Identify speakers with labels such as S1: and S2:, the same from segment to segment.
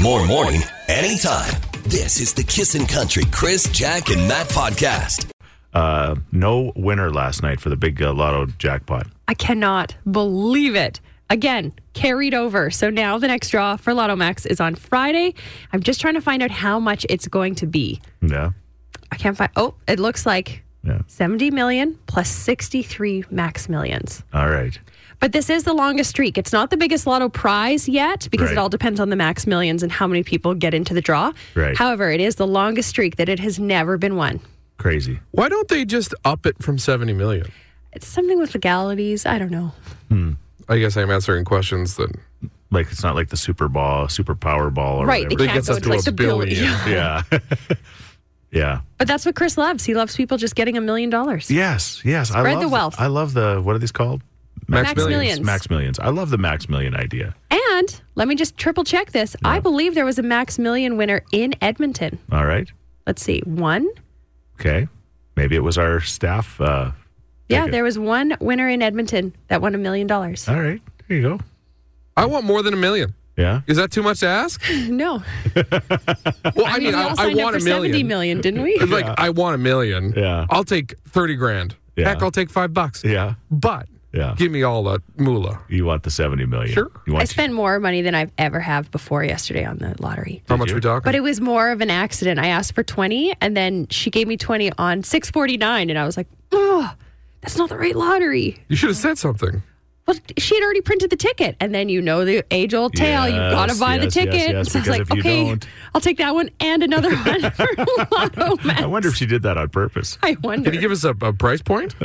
S1: more morning, anytime. This is the Kissin' Country Chris, Jack, and Matt podcast.
S2: Uh, no winner last night for the big uh, lotto jackpot.
S3: I cannot believe it. Again, carried over. So now the next draw for Lotto Max is on Friday. I'm just trying to find out how much it's going to be.
S2: Yeah.
S3: I can't find. Oh, it looks like
S2: Yeah.
S3: 70 million plus 63 max millions.
S2: All right.
S3: But this is the longest streak. It's not the biggest lotto prize yet because
S2: Right.
S3: it all depends on the max millions and how many people get into the draw.
S2: Right.
S3: However, it is the longest streak that it has never been won.
S2: Crazy.
S4: Why don't they just up it from 70 million?
S3: It's something with legalities. I don't know.
S4: I guess I'm answering questions that
S2: Like it's not like the Super Ball, Super Power Ball, or
S3: right. They
S2: whatever.
S3: can't
S4: gets
S3: go
S4: up
S3: into
S4: to
S3: like
S4: a
S3: the billion.
S4: billion.
S2: yeah. yeah.
S3: But that's what Chris loves. He loves people just getting a million dollars.
S2: Yes. Yes. I
S3: Spread
S2: love
S3: the wealth.
S2: I love the. What are these called?
S4: Max,
S3: Max
S4: Millions.
S3: Millions.
S2: Max Millions. I love the Max Million idea.
S3: And let me just triple check this. I believe there was a max million winner in Edmonton.
S2: All right.
S3: Let's see. One?
S2: Okay. Maybe it was our staff. Uh,
S3: Yeah,
S2: Take it.
S3: there was one winner in Edmonton that won a million dollars.
S2: all right. There you go.
S4: I want more than a million.
S2: Yeah.
S4: Is that too much to ask?
S3: No.
S4: Well,
S3: I mean, we all signed up for 70 million, didn't we?
S4: It's Like, I want a million.
S2: Yeah.
S4: I'll take 30 grand.
S2: Yeah.
S4: Heck, I'll take five bucks.
S2: Yeah.
S4: But
S2: Yeah.
S4: give me all that moolah.
S2: You want the seventy million?
S4: Sure.
S2: You want
S3: I spent more money than I've ever have before yesterday on the lottery.
S4: How much
S2: you?
S4: we talking?
S3: But it was more of an accident. I asked for 20 and then she gave me 20 on 649 and I was like, "Oh, that's not the right lottery."
S4: you should have said something.
S3: Well, she had already printed the ticket, and then you know the age old tale. you got to
S2: Yes,
S3: buy
S2: yes,
S3: the
S2: yes,
S3: ticket.
S2: yes,
S3: so I was
S2: because
S3: like,
S2: if you
S3: okay,
S2: don't-
S3: I'll take that one and another one for Lotto Max.
S2: I wonder if she did that on purpose.
S3: I wonder.
S4: Can you
S3: It
S4: give us a, a price point?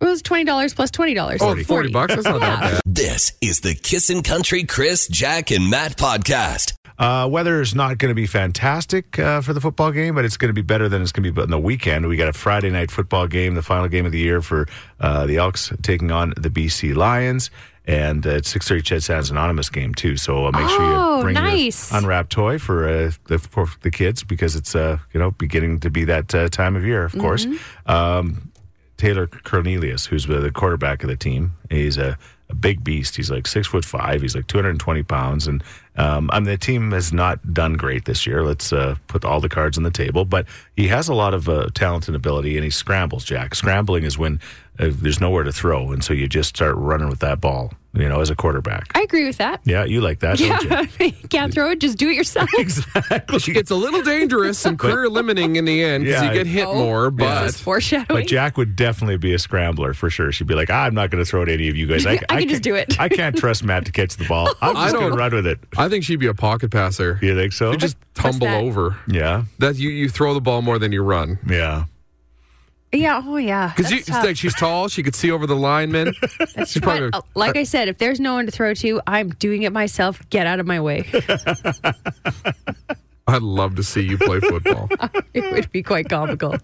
S3: was twenty dollars plus twenty dollars.
S4: Oh, 40 bucks? That's not that bad.
S1: This is the Kissin' Country Chris, Jack, and Matt podcast.
S2: Uh, weather is not going to be fantastic uh, for the football game, but it's going to be better than it's going to be on the weekend. We got a Friday night football game, the final game of the year for uh, the Elks taking on the BC Lions, and uh, it's six thirty Chet Sands Anonymous game too. So uh, make sure
S3: Oh,
S2: you bring
S3: nice.
S2: your unwrapped toy for uh, the for the kids because it's uh, you know beginning to be that uh, time of year, of course.
S3: Mm-hmm.
S2: Um, Taylor Cornelius, who's the quarterback of the team. He's a, a big beast. He's like six foot five. He's like 220 pounds. And um, I mean, the team has not done great this year. Let's uh, put all the cards on the table. But he has a lot of uh, talent and ability, and he scrambles, Jack. Scrambling is when uh, there's nowhere to throw. And so you just start running with that ball, you know, as a quarterback.
S3: I agree with that.
S2: yeah, you like that, don't you?
S3: Yeah, you can't throw it. Just do it yourself.
S2: Exactly.
S4: It's a little dangerous and career limiting in the end because
S2: Yeah,
S4: you get hit
S3: Oh,
S4: more, but.
S3: this is foreshadowing.
S2: But Jack would definitely be a scrambler for sure. She'd be like, "Ah, "I'm not going to throw it to any of you guys. I,
S3: I can
S2: can't-
S3: just do it."
S2: I can't trust Matt to catch the ball. I'm
S4: I
S2: just going to
S4: don't-
S2: run with it."
S4: I think she'd be a pocket passer.
S2: You think so?
S4: You just
S3: What's
S4: tumble
S3: that?
S4: over.
S2: yeah,
S4: That you, you throw the ball more than you run.
S2: yeah.
S3: yeah. Oh, yeah.
S4: Because
S3: That's tough.
S4: like she's tall, she could see over the linemen.
S3: That's
S4: she's
S3: fun.
S4: probably-
S3: Uh, like I said, if there's no one to throw to, I'm doing it myself. Get out of my way.
S4: I'd love to see you play football.
S3: it would be quite comical.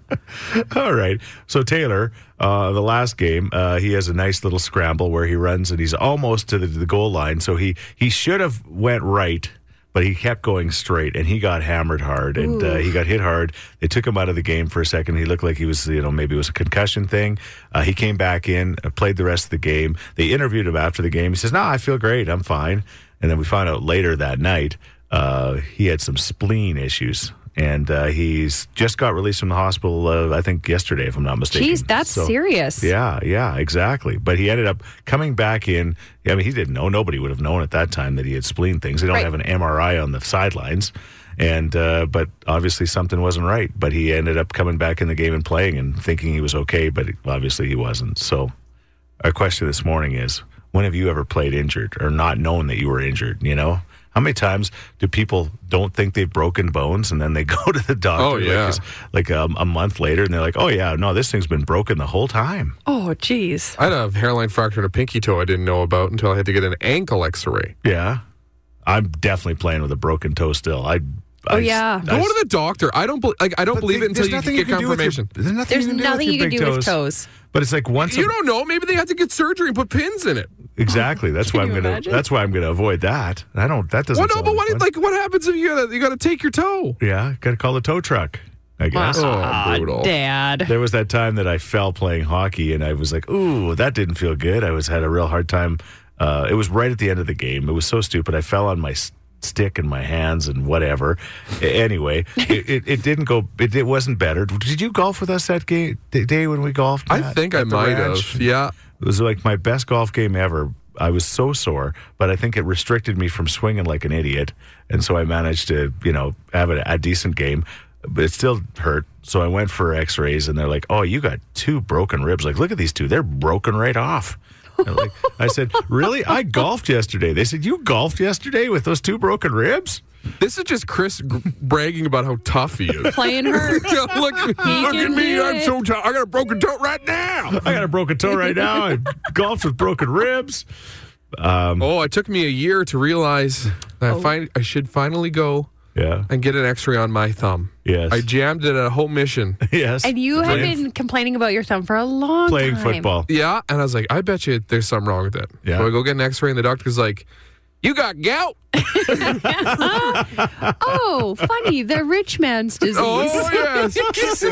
S2: All right. So Taylor, uh, the last game, uh, he has a nice little scramble where he runs and he's almost to the, the goal line. So he he should have went right. But he kept going straight, and he got hammered hard, and uh, he got hit hard. They took him out of the game for a second. He looked like he was, you know, maybe it was a concussion thing. Uh, he came back in, uh, played the rest of the game. They interviewed him after the game. He says, "No, I feel great. I'm fine." And then we found out later that night uh, he had some spleen issues, and uh, he's just got released from the hospital. Uh, I think yesterday, if I'm not mistaken.
S3: Jeez, that's
S2: So-
S3: serious.
S2: Yeah, yeah, exactly. But he ended up coming back in. I mean, he didn't know. Nobody would have known at that time that he had spleen things. They don't
S3: Right.
S2: have an MRI on the sidelines. And uh, but obviously something wasn't right. But he ended up coming back in the game and playing and thinking he was okay. But obviously he wasn't. So our question this morning is when have you ever played injured or not known that you were injured you know how many times do people don't think they've broken bones and then they go to the doctor
S4: Oh,
S2: like,
S4: yeah.
S2: this- like, um, a month later and they're like oh yeah no this thing's been broken the whole time
S3: Oh, jeez.
S4: I had a hairline fracture and a pinky toe I didn't know about until I had to get an ankle X-ray.
S2: yeah i'm definitely playing with a broken toe still i
S3: Oh, yeah.
S4: Go to the doctor. I don't believe. Like, I don't believe it until you get confirmation.
S2: there's nothing
S3: There's
S2: you can do,
S3: nothing
S2: with,
S3: you
S2: your
S3: can
S2: big
S3: do with
S2: toes.
S3: toes.
S2: but it's like once a-
S4: You don't know. Maybe they had to get surgery and put pins in it.
S2: exactly that's why i'm
S3: you
S2: gonna
S3: imagine?
S2: that's why i'm gonna avoid that i don't that doesn't
S4: Well, no,
S2: sound
S4: but what?
S2: fun.
S4: Like, what happens if you gotta you gotta take your toe?
S2: yeah gotta call the tow truck i guess
S4: Oh, brutal.
S3: Dad.
S2: There was that time that I fell playing hockey, and I was like, "Ooh, that didn't feel good." I was had a real hard time. Uh, it was right at the end of the game. It was so stupid. I fell on my s- stick in my hands and whatever. A- Anyway, it, it, it didn't go. It, it wasn't better. Did you golf with us that game, the day when we golfed?
S4: I
S2: Matt,
S4: think I
S2: at the
S4: might
S2: ranch?
S4: have. Yeah.
S2: It was like my best golf game ever. I was so sore, but I think it restricted me from swinging like an idiot, and so I managed to, you know, have a, a decent game. But it still hurt, so I went for X-rays, and they're like, "Oh, you got two broken ribs. Like, look at these two; they're broken right off." And like, I said, "Really? I golfed yesterday." They said, "You golfed yesterday with those two broken ribs?"
S4: This is just Chris g- bragging about how tough he is.
S3: Playing her.
S4: look look at
S3: can
S4: me.
S3: do
S4: I'm
S3: it.
S4: so tough. I got a broken toe right now.
S2: I got a broken toe right now. I golfed with broken ribs.
S4: Oh, it took me a year to realize that I,
S3: Oh.
S4: fin- I should finally go
S2: Yeah.
S4: and get an x ray on my thumb.
S2: Yes.
S4: I jammed it at a home mission.
S2: Yes.
S3: And you have
S2: Playing-
S3: been complaining about your thumb for a long
S2: playing
S3: time.
S2: football.
S4: Yeah, and I was like, I bet you there's something wrong with it.
S2: Yeah.
S4: So I go get an X-ray, and the doctor's like, "You got gout."
S3: Oh, funny. The rich man's disease.
S4: oh yes.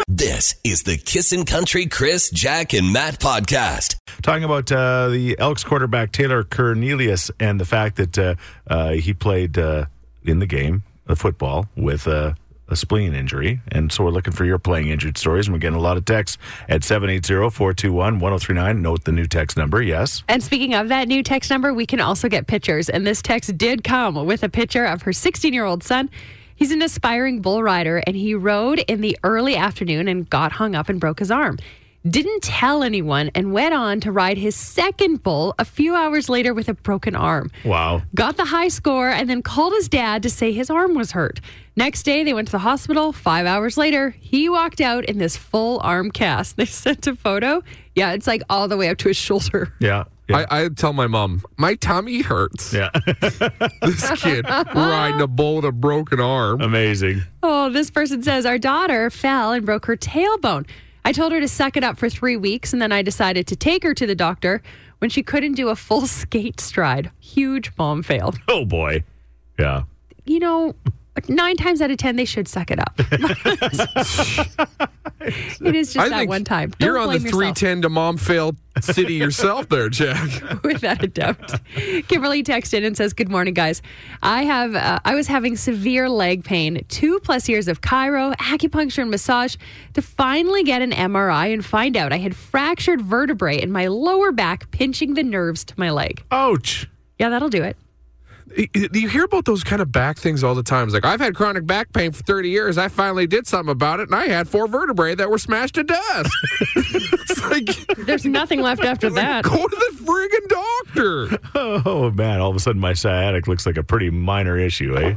S1: This is the Kissin' Country Chris, Jack, and Matt podcast.
S2: talking about uh, the Elks quarterback Taylor Cornelius and the fact that uh, uh, he played uh, in the game of football with a, a spleen injury. And so we're looking for your playing injured stories. And we're getting a lot of texts at 780 421 1039. Note the new text number, yes.
S3: And speaking of that new text number, we can also get pictures. And this text did come with a picture of her 16 year old son. He's an aspiring bull rider and he rode in the early afternoon and got hung up and broke his arm. Didn't tell anyone and went on to ride his second bull a few hours later with a broken arm.
S2: Wow.
S3: Got the high score and then called his dad to say his arm was hurt. Next day, they went to the hospital. Five hours later, he walked out in this full arm cast. They sent a photo. Yeah, it's like all the way up to his shoulder.
S2: Yeah. Yeah.
S4: I, I tell my mom, my tummy hurts.
S2: yeah.
S4: This kid riding a bull with a broken
S2: Uh,
S4: arm.
S2: Amazing.
S3: Oh, this person says our daughter fell and broke her tailbone. I told her to suck it up for three weeks, and then I decided to take her to the doctor when she couldn't do a full skate stride. Huge mom fail.
S2: Oh, boy. Yeah.
S3: You know, nine times out of ten, they should suck it up. it is just
S4: I
S3: that
S4: think
S3: one time. Don't
S4: You're on the
S3: blame yourself.
S4: 310 to Mom Fail City yourself, there, Jack.
S3: without a doubt. Kimberly texted and says, "Good morning, guys. I have uh, I was having severe leg pain, two plus years of chiro, acupuncture, and massage to finally get an MRI and find out I had fractured vertebrae in my lower back, pinching the nerves to my leg.
S2: Ouch.
S3: Yeah, that'll do it.
S4: Y- y- You hear about those kind of back things all the time. It's like I've had chronic back pain for 30 years. I finally did something about it, and I had four vertebrae that were smashed to dust. it's like
S3: There's nothing left after that."
S4: Go to the friggin' doctor.
S2: Oh, man. All of a sudden, my sciatic looks like a pretty minor issue, eh?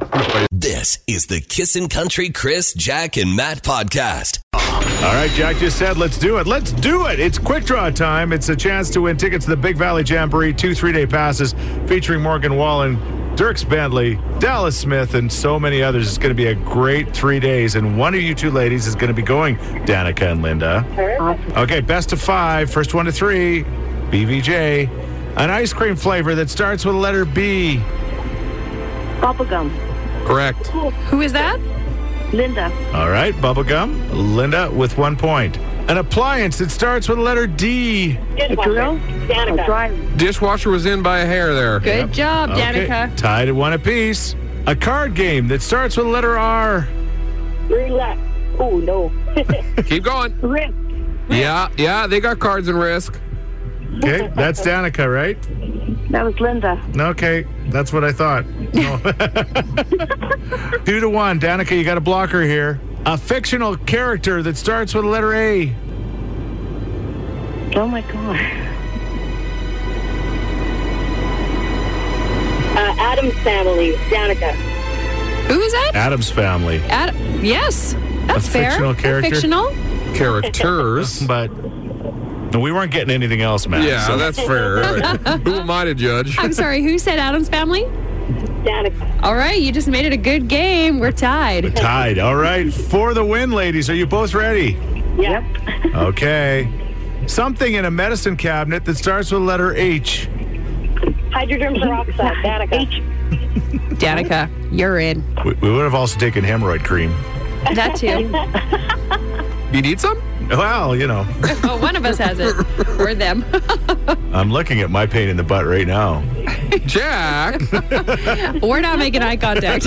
S1: This is the Kissin' Country Chris, Jack, and Matt podcast.
S2: All right, Jack just said, let's do it. Let's do it. It's quick draw time. It's a chance to win tickets to the Big Valley Jamboree, two three day passes featuring Morgan Wallen, Dirks Bentley, Dallas Smith, and so many others. It's going to be a great three days. And one of you two ladies is going to be going, Danica and Linda. Okay, best of five, first one to three, BVJ. An ice cream flavor that starts with a letter B.
S5: Bubblegum.
S4: Correct.
S3: Who is that?
S5: Linda.
S2: All right, bubblegum. Linda with one point. An appliance that starts with a letter D.
S5: A drill. A dryer.
S4: Dishwasher was in by a hair there.
S3: Good job,
S2: Okay,
S3: Danica.
S2: Tied at one apiece. A card game that starts with the letter R.
S5: Relax. Oh, no.
S4: Keep going.
S5: Risk.
S4: Yeah, yeah, they got cards and risk.
S2: Okay, that's Danica, right?
S5: That was Linda.
S2: Okay, that's what I thought. No. Two to one. Danica, you got a blocker here. A fictional character that starts with the letter A.
S5: Oh, my God.
S6: Uh, Adam's family, Danica.
S3: Who is that?
S2: Adam's family.
S3: Ad- yes, that's fair.
S2: fictional character?
S3: Fictional.
S4: Characters.
S2: But we weren't getting anything else, Matt.
S4: Yeah,
S2: so-
S4: that's fair. Who am I to judge?
S3: Uh, I'm sorry. Who said Adam's family?
S6: Danica.
S3: All right, you just made it a good game. We're tied.
S2: tied. All right, for the win, ladies. Are you both ready?
S6: Yep.
S2: Okay. Something in a medicine cabinet that starts with the letter H.
S6: Hydrogen peroxide, Danica.
S3: Danica, you're in.
S2: We, we would have also taken hemorrhoid cream.
S3: That too.
S4: You need some?
S2: Well, you know,
S3: Oh, one of us has it. Or them.
S2: I'm looking at my pain in the butt right now.
S4: Jack.
S3: We're not making eye contact.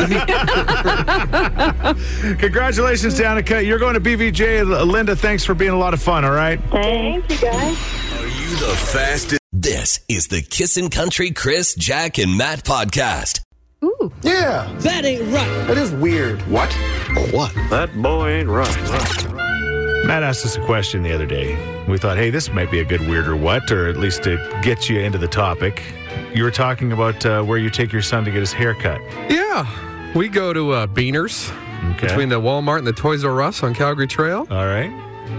S2: Congratulations, Danica. You're going to BVJ. L- Linda, thanks for being a lot of fun, all right?
S6: Thank you, guys.
S1: Are you the fastest? This is the Kissin' Country Chris, Jack, and Matt podcast.
S3: Ooh.
S7: Yeah,
S8: That ain't right.
S7: that is weird. What? What?
S9: That boy ain't right.
S2: Matt asked us a question the other day. We thought, hey, this might be a good weird or what, or at least to get you into the topic. You were talking about uh, where you take your son to get his hair cut.
S4: yeah. We go to uh, Beaners
S2: Okay. Uh,
S4: between the Walmart and the Toys R Us on Calgary Trail.
S2: all right.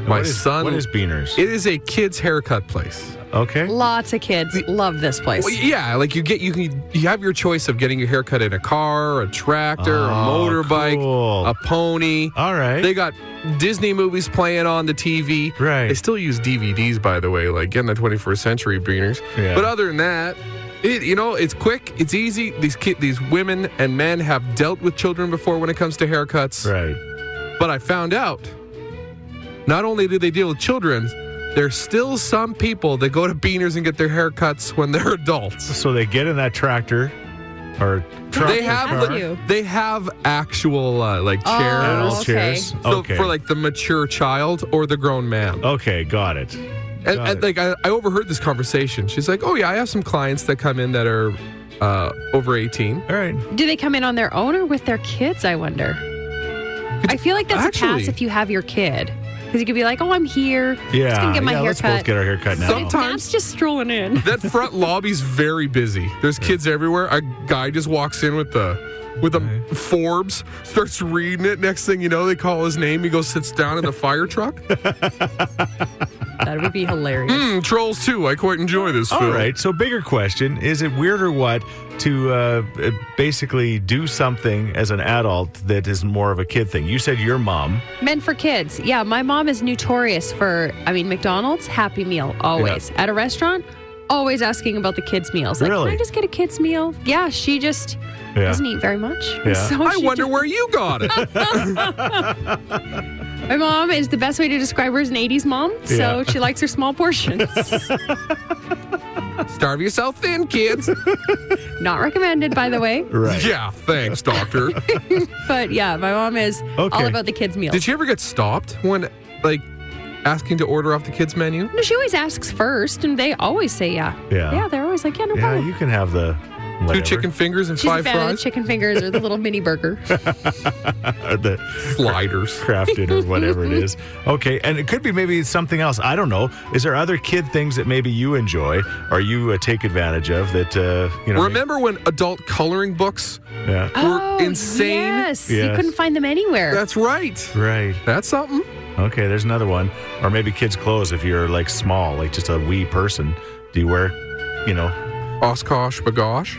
S4: My
S2: What is-
S4: son-
S2: What is Beaners?
S4: It is a kids' haircut place.
S2: okay.
S3: Lots of kids love this place.
S4: Well, yeah, like you get you can you have your choice of getting your haircut in a car, a tractor, a
S2: Oh,
S4: motorbike,
S2: cool.
S4: a pony.
S2: All right.
S4: They got Disney movies playing on the TV.
S2: Right.
S4: They still use DVDs, by the way, like in the 21st century beaners.
S2: Yeah.
S4: But other than that, it, you know, it's quick, it's easy. These kid, these women and men have dealt with children before when it comes to haircuts.
S2: right.
S4: But I found out, not only do they deal with children, there's still some people that go to beaners and get their haircuts when they're adults.
S2: So they get in that tractor or truck.
S4: They
S2: or
S4: have
S2: car.
S3: Thank you.
S4: they have actual uh, like
S3: Oh,
S4: chairs.
S2: Little
S3: Okay.
S2: chairs.
S4: So
S2: Okay.
S4: for like the mature child or the grown man.
S2: okay, got it.
S4: and,
S2: got
S4: and,
S2: it.
S4: like I, I overheard this conversation. She's like, "Oh yeah, I have some clients that come in that are uh, over 18."
S2: All right.
S3: Do they come in on their own or with their kids? I wonder. I feel like that's a
S4: actually-
S3: pass if you have your kid, because you could be like, "Oh, I'm here.
S2: Yeah.
S3: just gonna get my
S2: yeah,
S3: hair
S2: let's
S3: cut."
S2: both get our hair cut now.
S4: Some-
S3: Matt's just strolling in.
S4: That front lobby's very busy. There's kids everywhere. A guy just walks in with the with a Forbes, starts reading it. Next thing you know, they call his name. He goes sits down in the fire truck.
S3: That would be hilarious.
S4: Hmm, trolls too. I quite enjoy this.
S2: All
S4: film.
S2: right. So, bigger question: Is it weird or what to uh, uh, basically do something as an adult that is more of a kid thing? You said your mom.
S3: Men for kids. Yeah, my mom is notorious for. I mean, McDonald's Happy Meal always at a restaurant. Always asking about the kids' meals. Like,
S2: Really?
S3: can I just get a kids' meal? Yeah, she just doesn't eat very much.
S2: Yeah.
S3: So
S4: I
S3: she
S4: wonder
S3: just-
S4: where you got it.
S3: My mom is the best way to describe her as an 80s mom. So
S2: Yeah.
S3: she likes her small portions.
S4: Starve yourself thin, kids.
S3: Not recommended, by the way.
S2: Right.
S4: yeah, thanks, doctor.
S3: But yeah, my mom is all
S2: Okay.
S3: about the kids' meals.
S4: Did she ever get stopped when, like, asking to order off the kids' menu?
S3: no, she always asks first, and they always say yeah.
S2: Yeah.
S3: Yeah, they're always like, yeah, no
S2: Yeah,
S3: problem.
S2: you can have the whatever.
S4: Two chicken fingers and
S3: She's
S4: five
S3: a fan of the
S4: fries,
S3: chicken fingers or the little mini burger.
S2: or the
S4: sliders.
S2: crafted or whatever it is. Okay, and it could be maybe something else. I don't know. Is there other kid things that maybe you enjoy or you uh, take advantage of that uh, you know?
S4: Remember when adult coloring books?
S2: Yeah.
S4: We're insane.
S3: Oh, Yes. You
S2: Yes.
S3: couldn't find them anywhere.
S4: That's right.
S2: Right.
S4: That's something.
S2: Okay, there's another one. Or maybe kids' clothes if you're like small, like just a wee person. Do you wear, you know?
S4: Oshkosh bagosh.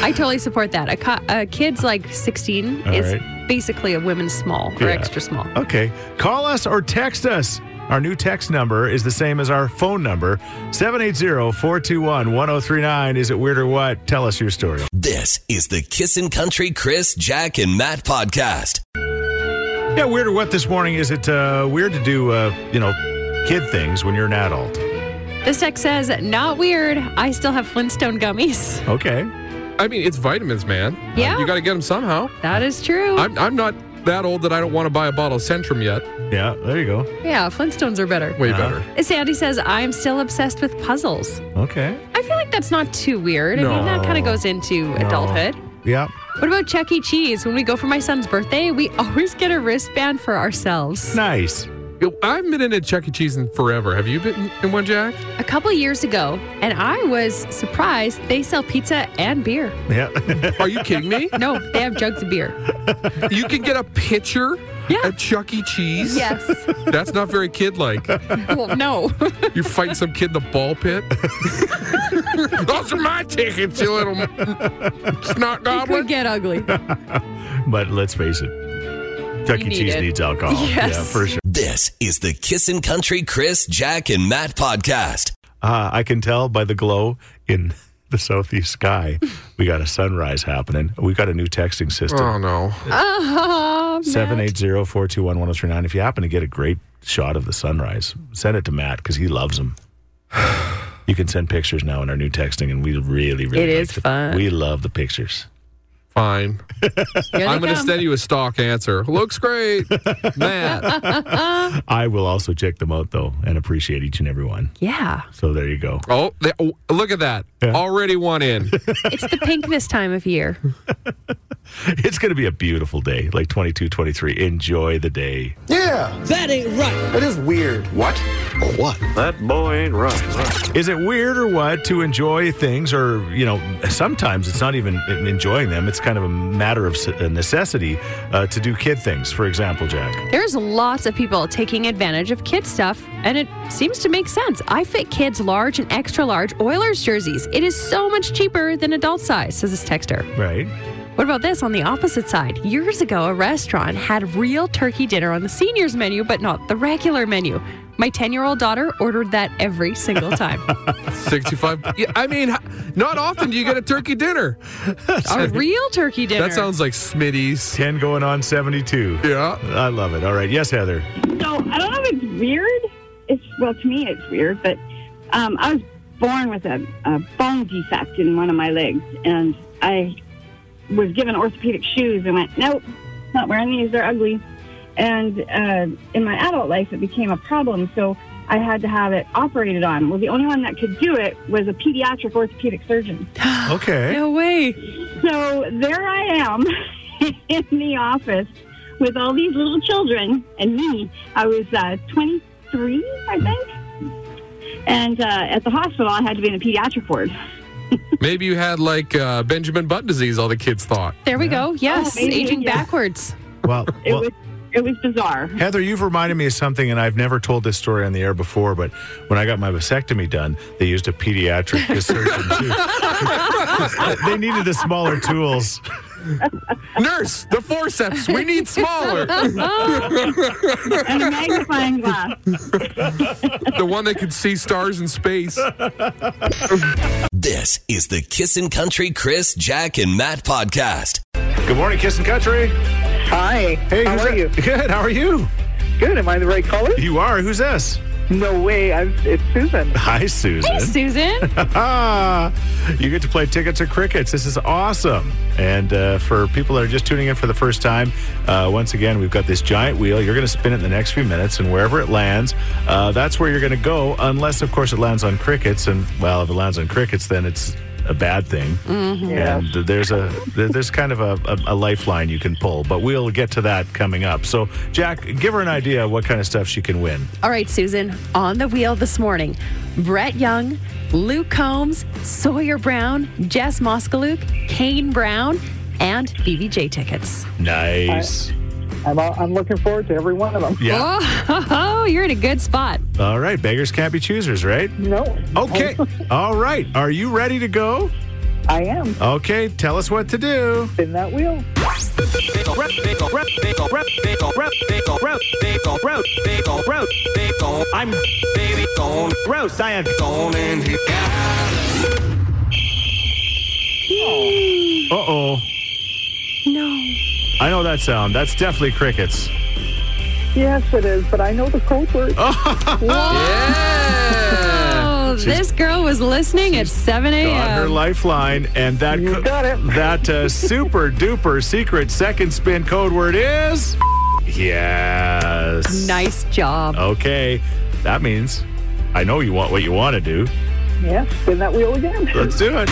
S3: I totally support that. A, co- a kid's like 16
S2: All
S3: is
S2: right.
S3: basically a women's small or
S2: Yeah.
S3: extra small.
S2: Okay. Call us or text us. Our new text number is the same as our phone number 780 421 1039. Is it weird or what? Tell us your story.
S1: This is the Kissin' Country Chris, Jack, and Matt podcast.
S2: Yeah, weird or what this morning? Is it uh, weird to do, uh, you know, kid things when you're an adult?
S3: This text says, not weird. I still have Flintstone gummies.
S2: Okay.
S4: I mean, it's vitamins, man.
S3: Yeah.
S4: You got to get them somehow.
S3: That is true.
S4: I'm, I'm not that old that I don't want to buy a bottle of Centrum yet.
S2: Yeah, there you go.
S3: yeah, Flintstones are better.
S4: Way
S2: Uh-huh.
S4: better.
S3: Sandy says, I'm still obsessed with puzzles.
S2: Okay.
S3: I feel like that's not too weird. I mean, that
S2: No.
S3: kind of goes into adulthood.
S2: Yeah.
S3: What about Chuck E. Cheese? When we go for my son's birthday, we always get a wristband for ourselves.
S2: Nice.
S4: Yo, I haven't been in a Chuck E. Cheese in forever. Have you been in one, Jack?
S3: A couple years ago, and I was surprised they sell pizza and beer.
S2: Yeah.
S4: Are you kidding me?
S3: No, they have jugs of beer.
S4: You can get a pitcher
S3: Yeah.
S4: at Chuck E. Cheese.
S3: Yes.
S4: That's not very kid like.
S3: Well, no.
S4: You're fighting some kid in the ball pit. Those are my tickets, you little snot
S3: it could
S4: goblin.
S3: get ugly.
S2: but let's face it, Chuck
S3: You
S2: E.
S3: need
S2: Cheese
S3: it.
S2: needs alcohol.
S3: Yes.
S2: Yeah, for sure.
S1: This is the Kissin'
S2: Ah,
S1: Country Chris, Jack, and Matt podcast.
S2: Uh, I can tell by the glow in the southeast sky, we got a sunrise happening. We got a new texting
S4: Oh
S2: system
S4: no!
S3: Oh, Matt.
S2: seven eight zero four two one one zero three nine. If you happen to get a great shot of the sunrise, send it to Matt because he loves them. You can send pictures now in our new texting, and we really, really
S3: It
S2: like
S3: is
S2: the-
S3: fun.
S2: We love the pictures.
S4: Fine.
S3: Here
S4: I'm
S3: they
S4: going to
S3: come.
S4: send you a stock answer. Looks great, Matt.
S2: I will also check them out though and appreciate each and every one.
S3: Yeah.
S2: So there you go.
S4: Oh, they, oh look at that!
S2: Yeah.
S4: Already one in.
S3: It's the pink this time of year.
S2: It's going to be a beautiful day, like 22, 23. Enjoy the day.
S7: Yeah,
S8: That ain't right.
S7: that is weird. What? What?
S9: That boy ain't right.
S2: Is it weird or what to enjoy things, or you know, sometimes it's not even enjoying them. It's kind of a matter of s- a necessity uh, to do kid things. For example, Jack.
S3: There's lots of people taking advantage of kid stuff, and it seems to make sense. I fit kids large and extra large Oilers jerseys. It is so much cheaper than adult size, says this texter.
S2: Right.
S3: What about this on the opposite side? Years ago, a restaurant had real turkey dinner on the seniors menu, but not the regular menu. My 10 year old daughter ordered that every single time.
S4: 65. Yeah, I mean, h- not often do you get a turkey dinner.
S3: a real turkey dinner.
S4: That sounds like Smitty's.
S2: Ten going on seventy-two.
S4: Yeah.
S2: I love it. All right. Yes, Heather.
S10: So I don't know if it's weird. It's well to me it's weird, but um, I was born with a, a bone defect in one of my legs, and I was given orthopedic shoes and went, nope, not wearing these. They're ugly. And uh, in my adult life, it became a problem, so I had to have it operated on. Well, the only one that could do it was a pediatric orthopedic surgeon.
S2: Okay.
S3: no way.
S10: So there I am in the office with all these little children and me. I was uh, 23, I think. And uh, at the hospital, I had to be in a pediatric ward.
S4: Maybe you had like uh, Benjamin Button disease, all the kids thought.
S3: There we go. Yes,
S10: maybe,
S3: aging
S10: yeah.
S3: backwards.
S2: Well,
S10: It
S2: well
S10: was it was bizarre.
S2: Heather, you've reminded me of something, and I've never told this story on the air before. But when I got my vasectomy done, they used a pediatric surgeon too. they needed the smaller tools.
S4: Nurse, the forceps, we need smaller.
S10: And a magnifying glass.
S4: the one that could see stars in space.
S1: This is the Kissin' Country Chris, Jack, and Matt podcast.
S2: Good morning, Kissing Country.
S11: Hi.
S2: Hey,
S11: how
S2: who's
S11: are
S2: that-
S11: you?
S2: Good. How are you?
S11: Good. Am I the right caller?
S2: You are. Who's this?
S11: No way. I'm, it's Susan.
S2: Hi, Susan.
S3: Hey, Susan.
S2: Ah, you get to play tickets or crickets. This is awesome. And uh, for people that are just tuning in for the first time, uh, once again, we've got this giant wheel. You're going to spin it in the next few minutes, and wherever it lands, uh, that's where you're going to go, unless, of course, it lands on crickets. And, well, if it lands on crickets, then it's a bad thing. And there's a there- there's kind of a, a, a lifeline you can pull, but we'll get to that coming up. So, Jack, give her an idea of what kind of stuff she can win.
S3: All right, Susan, on the wheel this morning, Brett Young, Luke Combs, Sawyer Brown, Jess Moskaluke, Kane Brown, and BBJ tickets.
S2: Nice.
S11: I'm, I'm looking forward to every one of them.
S2: yeah.
S3: Oh, you're in a good spot.
S2: All right, beggars can't be choosers, right?
S11: No.
S2: Okay. All right. Are you ready to go?
S11: I am.
S2: Okay. Tell us what to do.
S11: In that wheel.
S8: I'm baby gone gross. I have gone and hit
S2: Uh oh.
S3: No.
S2: I know that sound. That's definitely crickets.
S11: Yes, it is. But I know the code word.
S3: Oh, this girl was listening at 7
S2: On her
S3: a.m.
S2: lifeline, and that
S11: You got it.
S2: that uh, super duper secret second spin code word is yes.
S3: Nice job.
S2: Okay, that means I know you want what you want to do.
S11: Yes. In that wheel again.
S2: Let's do it.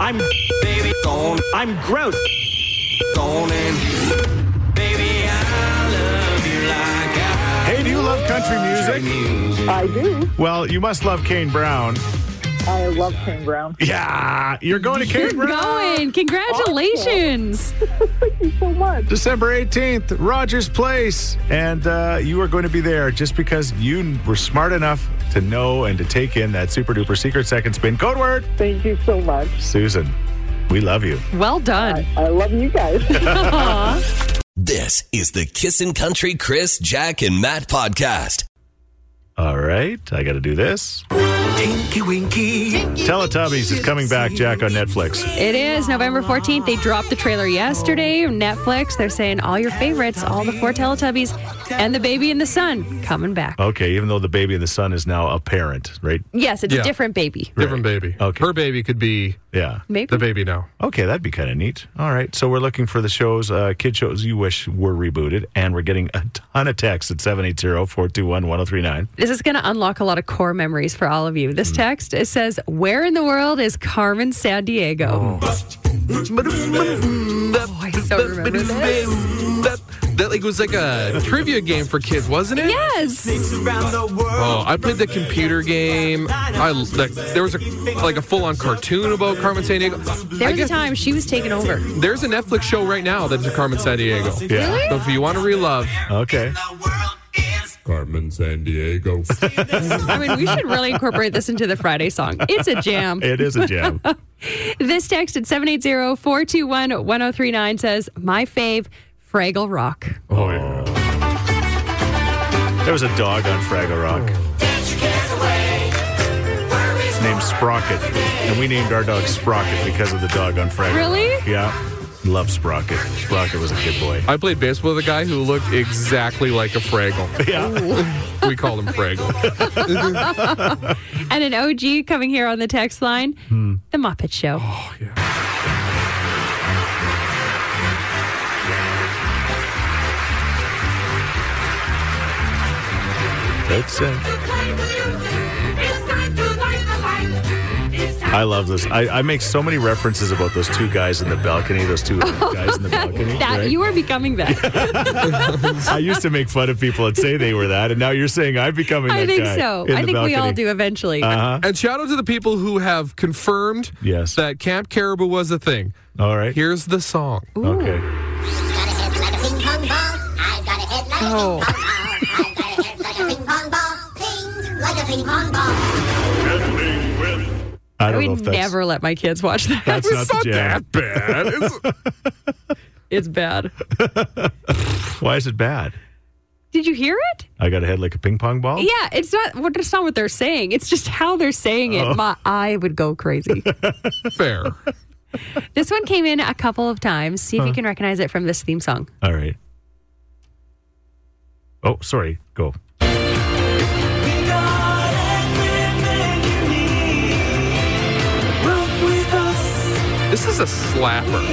S8: I'm baby gone. I'm gross. Gone and baby, I love you like I
S2: Hey, do you love country music?
S8: music.
S11: I do.
S2: Well, you must love Kane Brown.
S11: I love Kane Brown.
S2: Yeah, you're going to Kane
S3: You're
S2: Brown.
S3: going. Congratulations.
S11: Thank you so much.
S2: December 18th, Rogers Place. And uh, you are going to be there just because you were smart enough to know and to take in that super duper secret second spin code word.
S11: Thank you so much.
S2: Susan, we love you.
S3: Well done.
S11: I love you guys.
S1: This is the Kissin' Country Chris, Jack, and Matt podcast.
S2: All right, I got to do this.
S8: Dinky Winky.
S2: Teletubbies is coming back, Jack, on Netflix.
S3: It is November 14th. They dropped the trailer yesterday. Netflix, they're saying all your favorites, all the four Teletubbies, and the baby in the sun coming back.
S2: Okay, even though the baby in the sun is now a parent, right?
S3: Yes, it's
S4: Yeah.
S3: a different baby.
S4: Different baby.
S2: Okay.
S4: Her baby could be
S2: Yeah.
S3: Maybe.
S4: the baby now.
S2: Okay, that'd be kind of neat. All right, so we're looking for the shows, uh, kid shows you wish were rebooted, and we're getting a ton of texts at 780 421 1039.
S3: This is going to unlock a lot of core memories for all of you. This text it says, "Where in the world is Carmen San Diego?" Oh, I so remember this.
S4: That, that like was like a trivia game for kids, wasn't it?
S3: Yes,
S4: Oh, I played the computer game. I like, there was a like a full on cartoon about Carmen San Diego.
S3: there was a time she was taken over.
S4: There's a Netflix show right now that's a Carmen San Diego.
S2: Yeah.
S4: So if you want to relove,
S2: Okay.
S12: Carmen San Diego.
S3: I mean, we should really incorporate this into the Friday song. It's a jam.
S2: It is a gem.
S3: This text at 780-421-1039 says, "My fave, Fraggle Rock."
S2: oh, yeah. There was a dog on Fraggle Rock named Sprocket, and we named our dog Sprocket because of the dog on Fraggle
S3: Really?
S2: Rock. Yeah. Love Sprocket. Sprocket was a good boy.
S4: I played baseball with a guy who looked exactly like a Fraggle.
S2: Yeah.
S4: We called him Fraggle.
S3: And an OG coming here on the text line,
S2: Hmm.
S3: The Muppet Show.
S2: That's uh, it. I love this. I, I make so many references about those two guys in the balcony, those two guys in the balcony.
S3: that
S2: right?
S3: you are becoming that.
S2: I used to make fun of people and say they were that, and now you're saying I'm becoming
S3: I
S2: that
S3: think
S2: guy
S3: so.
S2: in
S3: I
S2: the
S3: think we all
S2: balcony. Uh,
S3: do eventually.
S4: And shout out to the people who have confirmed
S2: Yes.
S4: that Camp Caribou was a thing.
S2: All right.
S4: Here's the song.
S2: Okay.
S3: Oh.
S2: I
S3: I
S2: don't know
S3: would
S2: if that's
S3: never let my kids watch that.
S2: that's not
S4: It's
S2: the
S4: not
S2: jam.
S4: that bad. It's-
S3: it's bad.
S2: Why is it bad?
S3: Did you hear it?
S2: I got a head like a ping pong ball.
S3: Yeah, it's not. What it's not what they're saying. It's just how they're saying
S2: Oh.
S3: it. My eye would go crazy.
S4: Fair.
S3: this one came in a couple of times. See if you can recognize it from this theme song.
S2: All right. Oh, sorry. Go.
S4: This is a slapper.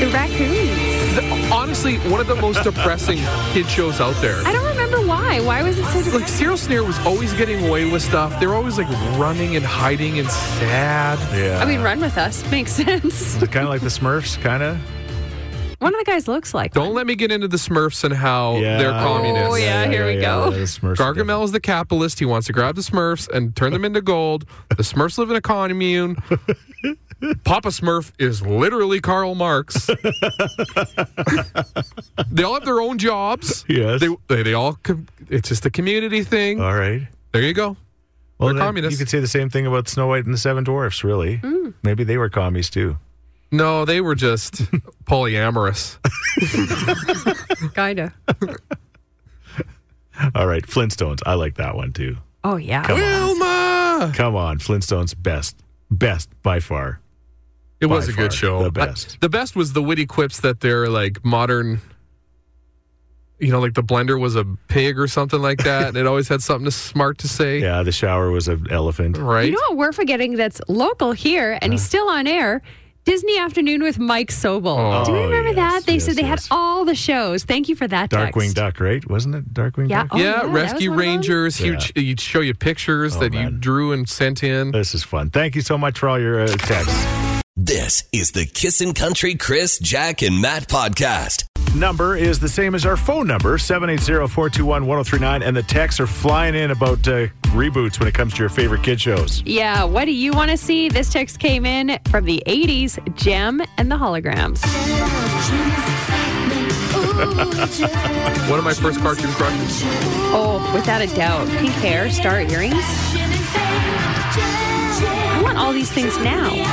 S3: The raccoons.
S4: Th- Honestly, one of the most depressing kid shows out there.
S3: I don't remember why. Why was it so?
S4: Like
S3: depressing?
S4: Serial Snare was always getting away with stuff. They were always like running and hiding and sad.
S2: Yeah.
S3: I mean, run with us makes sense.
S2: kind of like the Smurfs, kind of.
S3: One of the guys looks like.
S4: Don't let me get into the Smurfs and how they're communists.
S3: Oh, yeah, here we go.
S2: the Smurfs are different.
S4: Gargamel is the capitalist. He wants to grab the Smurfs and turn them into gold. The Smurfs live in a commune. Papa Smurf is literally Karl Marx. they all have their own jobs.
S2: Yes.
S4: They, they, they all, com- it's just a community thing.
S2: All right.
S4: there you go. They're
S2: then
S4: communists.
S2: You could say the same thing about Snow White and the Seven Dwarfs, really.
S3: Mm.
S2: Maybe they were commies too.
S4: No, they were just polyamorous.
S3: Kinda.
S2: All right, Flintstones. I like that one too.
S3: Oh yeah.
S2: Come on.
S4: Wilma!
S2: Come on, Flintstones best. Best by far.
S4: It was
S2: By
S4: a good
S2: far,
S4: show.
S2: the
S4: I-
S2: best.
S4: the best was the witty quips that they're like modern. You know, like the blender was a pig or something like that, and it always had something to- smart to say.
S2: Yeah, the shower was an elephant.
S4: Right?
S3: You know what we're forgetting that's local here, and he's still on air. Disney Afternoon with Mike Sobel.
S4: Oh,
S3: Do you remember
S2: yes,
S3: that? They
S2: yes,
S3: said they
S2: yes.
S3: had all the shows. Thank you for that.
S2: Darkwing
S3: text.
S2: Duck, right? Wasn't it Darkwing
S3: Yeah.
S2: Duck?
S3: Oh,
S4: yeah,
S3: that was
S4: Rescue
S3: one of them?
S4: Rangers.
S2: Yeah. Oh,
S4: He'd, he'd show you pictures that you
S2: man.
S4: drew and sent in.
S2: This is fun. Thank you so much for all your uh, texts.
S1: This is the Kissin' Country Chris, Jack, and Matt podcast.
S2: Number is the same as our phone number, 780-421-1039, and the texts are flying in about uh, reboots when it comes to your favorite kid shows.
S3: Yeah, what do you want to see? This text came in from the 80s Gem and the Holograms.
S4: One of my first cartoon crushes.
S3: Oh, without a doubt. Pink hair, star earrings. I want all all these things now?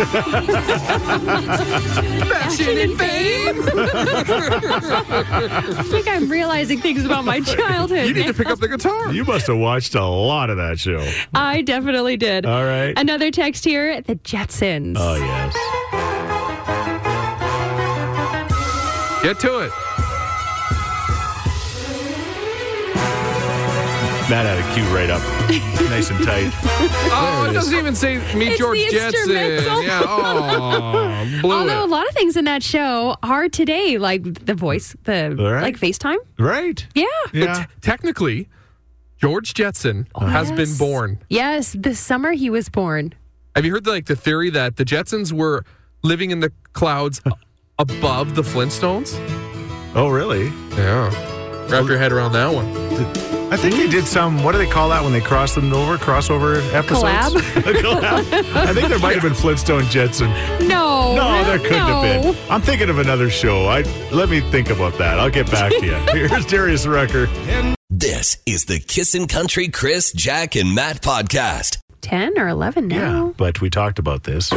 S8: Fashion and
S3: I think I'm realizing things about my childhood.
S4: You need to pick
S3: now.
S4: up the guitar.
S2: You must have watched a lot of that show.
S3: I definitely did.
S2: All right.
S3: Another text here the Jetsons.
S2: Oh, yes.
S4: Get to it.
S2: Matt had a cue right up. nice and tight.
S4: Oh, it doesn't even say meet
S3: It's
S4: George
S3: the
S4: Jetson.
S3: instrumental.
S4: Yeah. Oh, blew
S3: Although a
S4: it.
S3: lot of things in that show are today, like the voice, the
S2: All right.
S3: like FaceTime.
S2: Right.
S3: Yeah.
S2: Yeah.
S4: But technically, George Jetson has
S3: Oh, yes.
S4: been born.
S3: Yes, the summer he was born.
S4: Have you heard like the theory that the Jetsons were living in the clouds above the Flintstones?
S2: Oh, really?
S4: Yeah. Wrap your head around that one.
S2: I think they did some. What do they call that when they cross them over? Crossover episodes?
S3: Collab?
S2: A collab. I think there might have been Flintstone Jetson.
S3: Oh, No.
S2: No, there couldn't have
S3: no.
S2: been. I'm thinking of another show. I let me think about that. I'll get back to you. Here's Darius Rucker.
S1: This is the Kissin' Country Chris, Jack, and Matt podcast.
S3: 10 or 11 now.
S2: But we talked about this.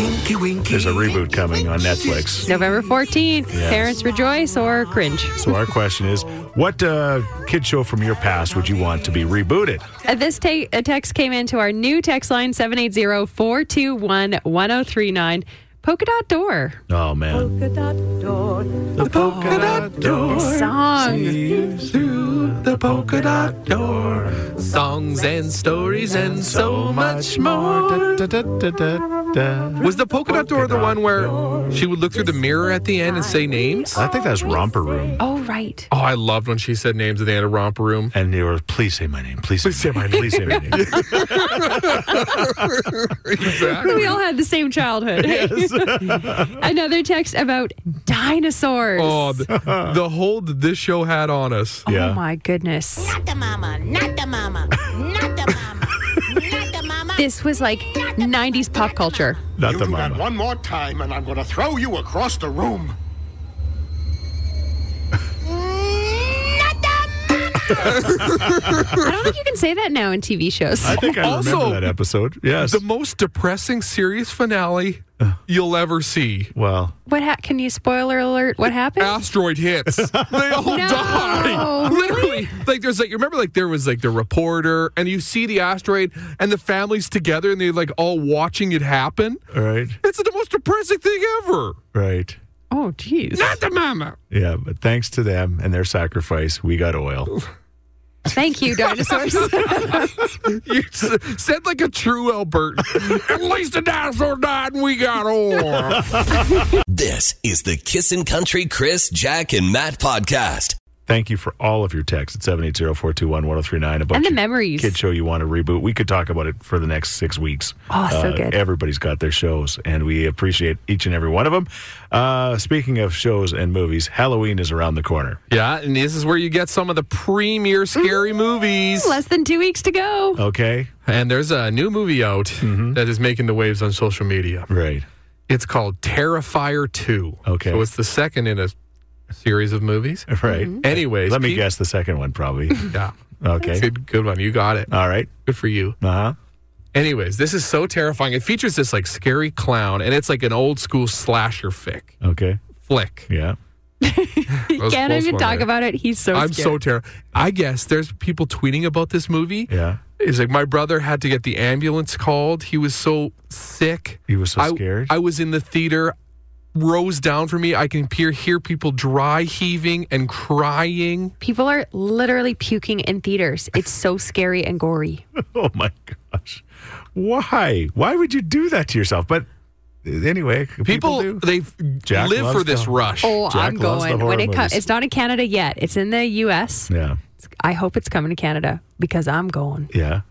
S2: There's a reboot coming on Netflix.
S3: November 14th.
S2: Yes.
S3: Parents rejoice or cringe.
S2: So our question is, what uh, kid show from your past would you want to be rebooted?
S3: Uh, This ta- a text came into our new text line 780 421 1039. Polka dot door.
S2: Oh man,
S13: Polka dot door.
S2: the polka dot door.
S3: Song.
S2: sees through the polka dot door.
S4: Songs and stories and so much more.
S2: Da, da, da, da, da.
S4: Was the polka dot door the one where she would look through the mirror at the end and say names?
S2: I think that's Romper Room.
S3: Oh, right.
S4: Oh, I loved when she said names at the end of Romper Room.
S2: And they were, please say my name. Please, say my name. Please say my name.
S4: exactly.
S3: We all had the same childhood. Another text about dinosaurs.
S4: Oh, the, the hold this show had on us.
S3: Oh,
S2: yeah.
S3: my goodness.
S13: Not the mama, not the mama, not the mama, not the mama.
S3: This was like 90s pop culture.
S2: Not
S14: you
S2: the
S14: do that
S2: mama.
S14: one more time, and I'm going to throw you across the room.
S13: Not the
S3: I don't think you can say that now in TV shows.
S2: I think I
S4: Also-
S2: remember that episode. Yes.
S4: The most depressing series finale you'll ever see.
S2: well,
S3: What ha- can you spoiler alert? What happened?
S4: asteroid hits. They all die. Literally. Like there's like you remember like there was like the reporter and you see the asteroid and the families together and they're like all watching it happen.
S2: all right,
S4: It's the most depressing thing ever.
S2: right.
S3: Oh, jeez.
S4: Not the mama.
S2: Yeah, but thanks to them and their sacrifice, we got oil.
S3: Thank you, dinosaurs.
S4: You s- said like a true Albert. At least the dinosaur died and we got oil.
S1: This is the Kissin' Country Chris, Jack, and Matt podcast.
S2: Thank you for all of your texts at 780-421-1039 about
S3: and the
S2: your
S3: memories.
S2: kid show you want to reboot. We could talk about it for the next six weeks. Uh,
S3: Oh, so good.
S2: Everybody's got their shows, and we appreciate each and every one of them. Uh, speaking of shows and movies, Halloween is around the corner.
S4: yeah, and this is where you get some of the premier scary movies.
S3: Less than two weeks to go.
S2: Okay?
S4: And there's a new movie out that is making the waves on social media.
S2: Right.
S4: It's called Terrifier 2.
S2: Okay.
S4: So it's the second in a series of movies.
S2: Right.
S3: Mm-hmm.
S4: Anyways,
S2: Let me
S4: keep-
S2: guess the second one, probably.
S4: Yeah.
S2: Okay.
S4: Good, good one. You got it.
S2: All right.
S4: Good for you.
S2: Uh huh.
S4: Anyways, this is so terrifying. It features this like scary clown, and it's like an old school slasher fic,
S2: Okay.
S4: flick.
S2: Yeah.
S4: That was
S3: Can't
S4: close
S3: even
S4: one
S3: talk
S4: there.
S3: about it. He's so
S4: I'm
S3: scared.
S4: so terrified. I guess there's people tweeting about this movie.
S2: Yeah.
S4: It's like my brother had to get the ambulance called. He was so sick.
S2: He was so
S4: I-
S2: scared.
S4: I was in the theater, rose down for me. I can peer, hear people dry heaving and crying.
S3: People are literally puking in theaters. It's so scary and gory.
S2: oh my gosh. Why? Why would you do that to yourself? But uh, anyway, people,
S4: People,
S2: do.
S4: they
S2: Jack
S4: live
S2: loves
S4: for this
S2: to-
S4: rush.
S3: Oh,
S2: Jack
S3: I'm
S2: loves the
S3: going.
S2: horror
S3: When it comes,
S2: movies.
S3: it's not in Canada yet. It's in the U.S.
S2: Yeah.
S3: I hope it's coming to Canada because I'm going,
S2: Yeah.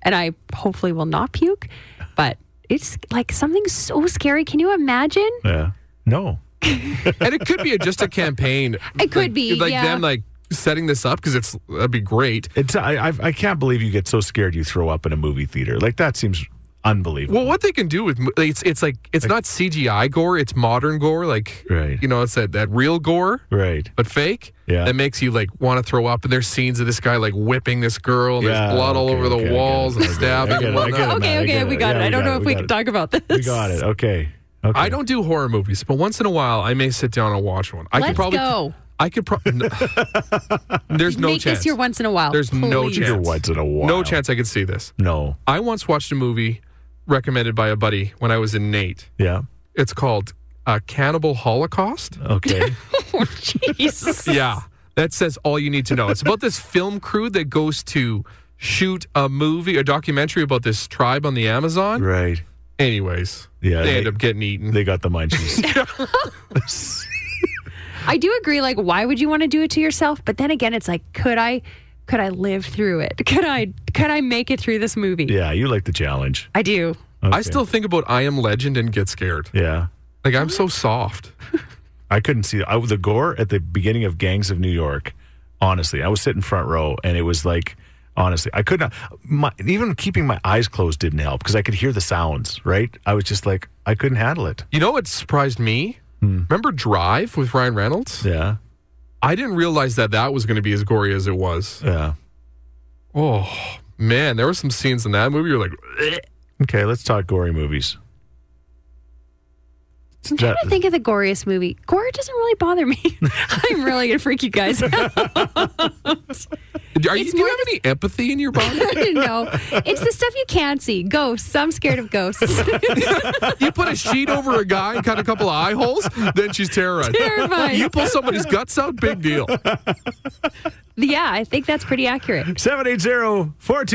S3: and I hopefully will not puke. But it's like something so scary. Can you imagine?
S2: Yeah. No.
S4: and it could be just a campaign.
S3: It could
S4: Like-
S3: be,
S4: like
S3: yeah.
S4: them like setting this up because it's that'd be great.
S2: It's I, I I can't believe you get so scared you throw up in a movie theater. Like that seems unbelievable.
S4: Well, what they can do with mo- it's it's like it's not CGI gore, it's modern gore, like
S2: Right.
S4: you know, it's that, that real gore,
S2: Right.
S4: but fake.
S2: Yeah.
S4: that makes you like want to throw up. And there's scenes of this guy like whipping this girl, and
S2: Yeah,
S4: there's blood all
S2: okay,
S4: over the
S2: okay, I get
S4: walls
S2: it. I
S4: and
S2: get it,
S4: stabbing.
S2: I get
S4: and
S2: it, I get
S4: whatnot.
S2: it,
S3: Okay,
S2: I
S3: okay,
S2: get
S3: we
S2: it.
S3: got
S2: Yeah,
S3: it. I
S2: we
S3: don't
S2: got
S3: know
S2: it,
S3: if
S2: we
S3: we
S2: got
S3: can
S2: it.
S3: talk about this.
S2: We got it. Okay. Okay.
S4: I don't do horror movies, but once in a while I may sit down and watch one. I
S3: Let's
S4: could probably
S3: go.
S4: I could probably There's no
S3: Make
S4: chance.
S3: this your once in a while.
S4: There's no
S3: please.
S4: chance.
S2: Your once in a while.
S4: No chance I could see this.
S2: No.
S4: I once watched a movie recommended by a buddy when I was in Nate.
S2: Yeah.
S4: It's called uh, Cannibal Holocaust.
S2: Okay.
S3: Oh, jeez.
S4: yeah, that says all you need to know. It's about this film crew that goes to shoot a movie, a documentary about this tribe on the Amazon.
S2: right.
S4: Anyways,
S2: Yeah,
S4: they,
S2: they-
S4: end up getting eaten.
S2: They got the munchies.
S3: I do agree. Like, why would you want to do it to yourself? But then again, it's like, could I, could I live through it? Could I, could I make it through this movie?
S2: yeah. You like the challenge.
S3: I do.
S2: Okay.
S4: I still think about I Am Legend and get scared.
S2: Yeah.
S4: Like I'm so soft.
S2: I couldn't see I, the gore at the beginning of Gangs of New York. Honestly, I was sitting front row, and it was like, honestly, I could not. My, even keeping my eyes closed didn't help because I could hear the sounds. Right, I was just like, I couldn't handle it.
S4: You know what surprised me?
S2: Hmm.
S4: Remember Drive with Ryan Reynolds?
S2: Yeah,
S4: I didn't realize that that was going to be as gory as it was.
S2: yeah.
S4: Oh man, there were some scenes in that movie. You're like, "Ugh."
S2: Okay, let's talk gory movies.
S3: I'm trying to think of the goriest movie. Gore doesn't really bother me. I'm really gonna freak you guys out.
S4: are you,
S3: It's
S4: do you
S3: more
S4: have any empathy in your body?
S3: no, it's the stuff you can't see. Ghosts. I'm scared of ghosts.
S4: You put a sheet over a guy and cut a couple of eye holes, then she's terrorized.
S3: Terrifying.
S4: You pull somebody's guts out, big deal.
S3: yeah, I think that's pretty accurate.
S15: 780-42.